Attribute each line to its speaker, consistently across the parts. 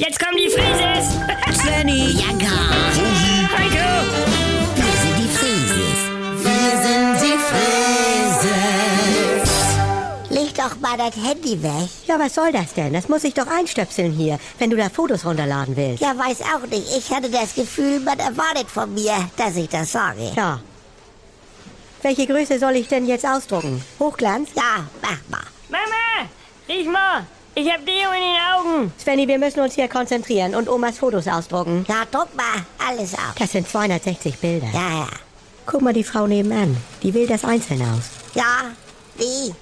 Speaker 1: Jetzt kommen die Frieses!
Speaker 2: Svenny,
Speaker 3: Ja, gar.
Speaker 1: Heiko!
Speaker 3: Wir sind die Frieses. Wir sind die Frieses. Leg doch mal das Handy weg.
Speaker 2: ja, was soll das denn? Das muss ich doch einstöpseln hier, wenn du da Fotos runterladen willst.
Speaker 3: Ja, weiß auch nicht. Ich hatte das Gefühl, man erwartet von mir, dass ich das sage.
Speaker 2: Tja. Welche Größe soll ich denn jetzt ausdrucken? Hochglanz?
Speaker 3: Ja, mach mal.
Speaker 1: Mama! Riech mal! Ich hab Deo in den Augen!
Speaker 2: Svenny, wir müssen uns hier konzentrieren und Omas Fotos ausdrucken.
Speaker 3: Ja, druck mal alles auf.
Speaker 2: Das sind 260 Bilder.
Speaker 3: Ja, ja.
Speaker 2: Guck mal die Frau nebenan. Die wählt das einzeln aus.
Speaker 3: Ja, die,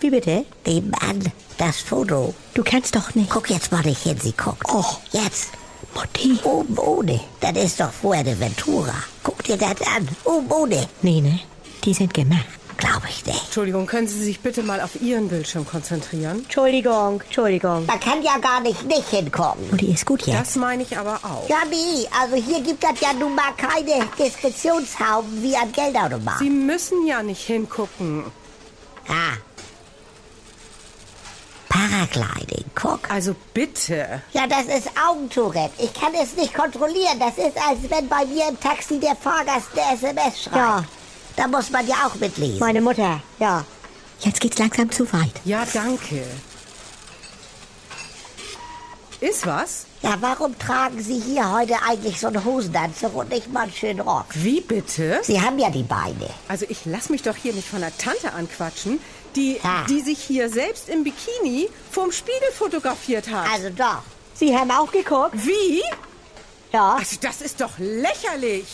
Speaker 2: Wie bitte?
Speaker 3: dem Mann, Ah, das Foto.
Speaker 2: Du kannst doch nicht.
Speaker 3: Guck jetzt mal nicht hin, sie guckt. Oh, jetzt.
Speaker 2: Mutti.
Speaker 3: Oben ohne. Das ist doch Fuerteventura. Guck dir das an. Oben ohne.
Speaker 2: Nee, ne? Die sind gemacht.
Speaker 3: Glaube ich nicht.
Speaker 4: Entschuldigung, können Sie sich bitte mal auf Ihren Bildschirm konzentrieren?
Speaker 2: Entschuldigung, Entschuldigung.
Speaker 3: Man kann ja gar nicht nicht hingucken.
Speaker 2: Mutti ist gut jetzt.
Speaker 4: Das meine ich aber auch.
Speaker 3: Ja, nee, also hier gibt das ja nun mal keine Diskretionshaube wie an Geldautomaten.
Speaker 4: Sie müssen ja nicht hingucken.
Speaker 3: Ah. Paragliding, guck.
Speaker 4: Also bitte.
Speaker 3: Ja, das ist Augentourette. Ich kann es nicht kontrollieren. Das ist, als wenn bei mir im Taxi der Fahrgast eine SMS schreibt.
Speaker 2: Ja.
Speaker 3: Da muss man ja auch mitlesen.
Speaker 2: Meine Mutter, ja. Jetzt geht's langsam zu weit.
Speaker 4: Ja, danke. Ist was?
Speaker 3: ja, warum tragen Sie hier heute eigentlich so einen Hosenanzug und nicht mal einen schönen Rock?
Speaker 4: Wie bitte?
Speaker 3: Sie haben ja die Beine.
Speaker 4: Also ich lass mich doch hier nicht von der Tante anquatschen, die,
Speaker 3: Ja.
Speaker 4: die sich hier selbst im Bikini vorm Spiegel fotografiert hat.
Speaker 3: Also doch.
Speaker 2: Sie haben auch geguckt?
Speaker 4: Wie?
Speaker 2: Ja.
Speaker 4: Also das ist doch lächerlich.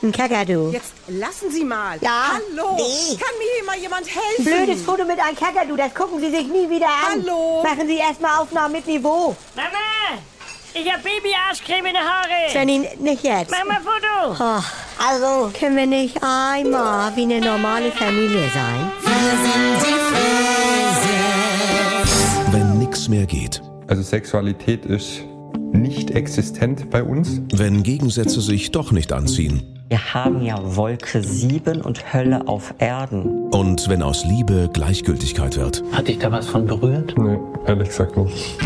Speaker 2: Ein Kakadu.
Speaker 4: Jetzt lassen Sie mal.
Speaker 3: Ja,
Speaker 4: Hallo.
Speaker 3: nee.
Speaker 4: Kann mir hier mal jemand helfen?
Speaker 2: Blödes Foto mit einem Kakadu, das gucken Sie sich nie wieder an.
Speaker 4: Hallo?
Speaker 2: Machen Sie erstmal Aufnahmen mit Niveau.
Speaker 1: Mama! Ich hab Babyarschcreme in den Haaren!
Speaker 2: Svenny, nicht jetzt.
Speaker 1: Mama, Foto!
Speaker 2: Oh,
Speaker 3: Also,
Speaker 2: können wir nicht einmal wie eine normale Familie sein?
Speaker 5: Wenn nix mehr geht.
Speaker 6: Also Sexualität ist nicht existent bei uns.
Speaker 5: Wenn Gegensätze sich doch nicht anziehen.
Speaker 7: Wir haben ja Wolke 7 und Hölle auf Erden.
Speaker 5: Und wenn aus Liebe Gleichgültigkeit wird.
Speaker 8: Hat dich da was von berührt?
Speaker 6: Nee, ehrlich gesagt nicht.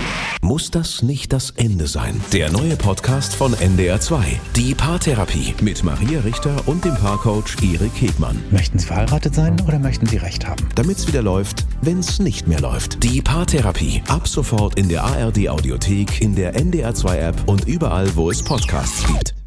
Speaker 5: Muss das nicht das Ende sein? Der neue Podcast von NDR2. Die Paartherapie. Mit Maria Richter und dem Paarcoach Erik Hegmann.
Speaker 8: Möchten Sie verheiratet sein oder möchten Sie Recht haben?
Speaker 5: Damit's wieder läuft, wenn's nicht mehr läuft. Die Paartherapie. Ab sofort in der ARD Audiothek, in der NDR2 App und überall, wo es Podcasts gibt.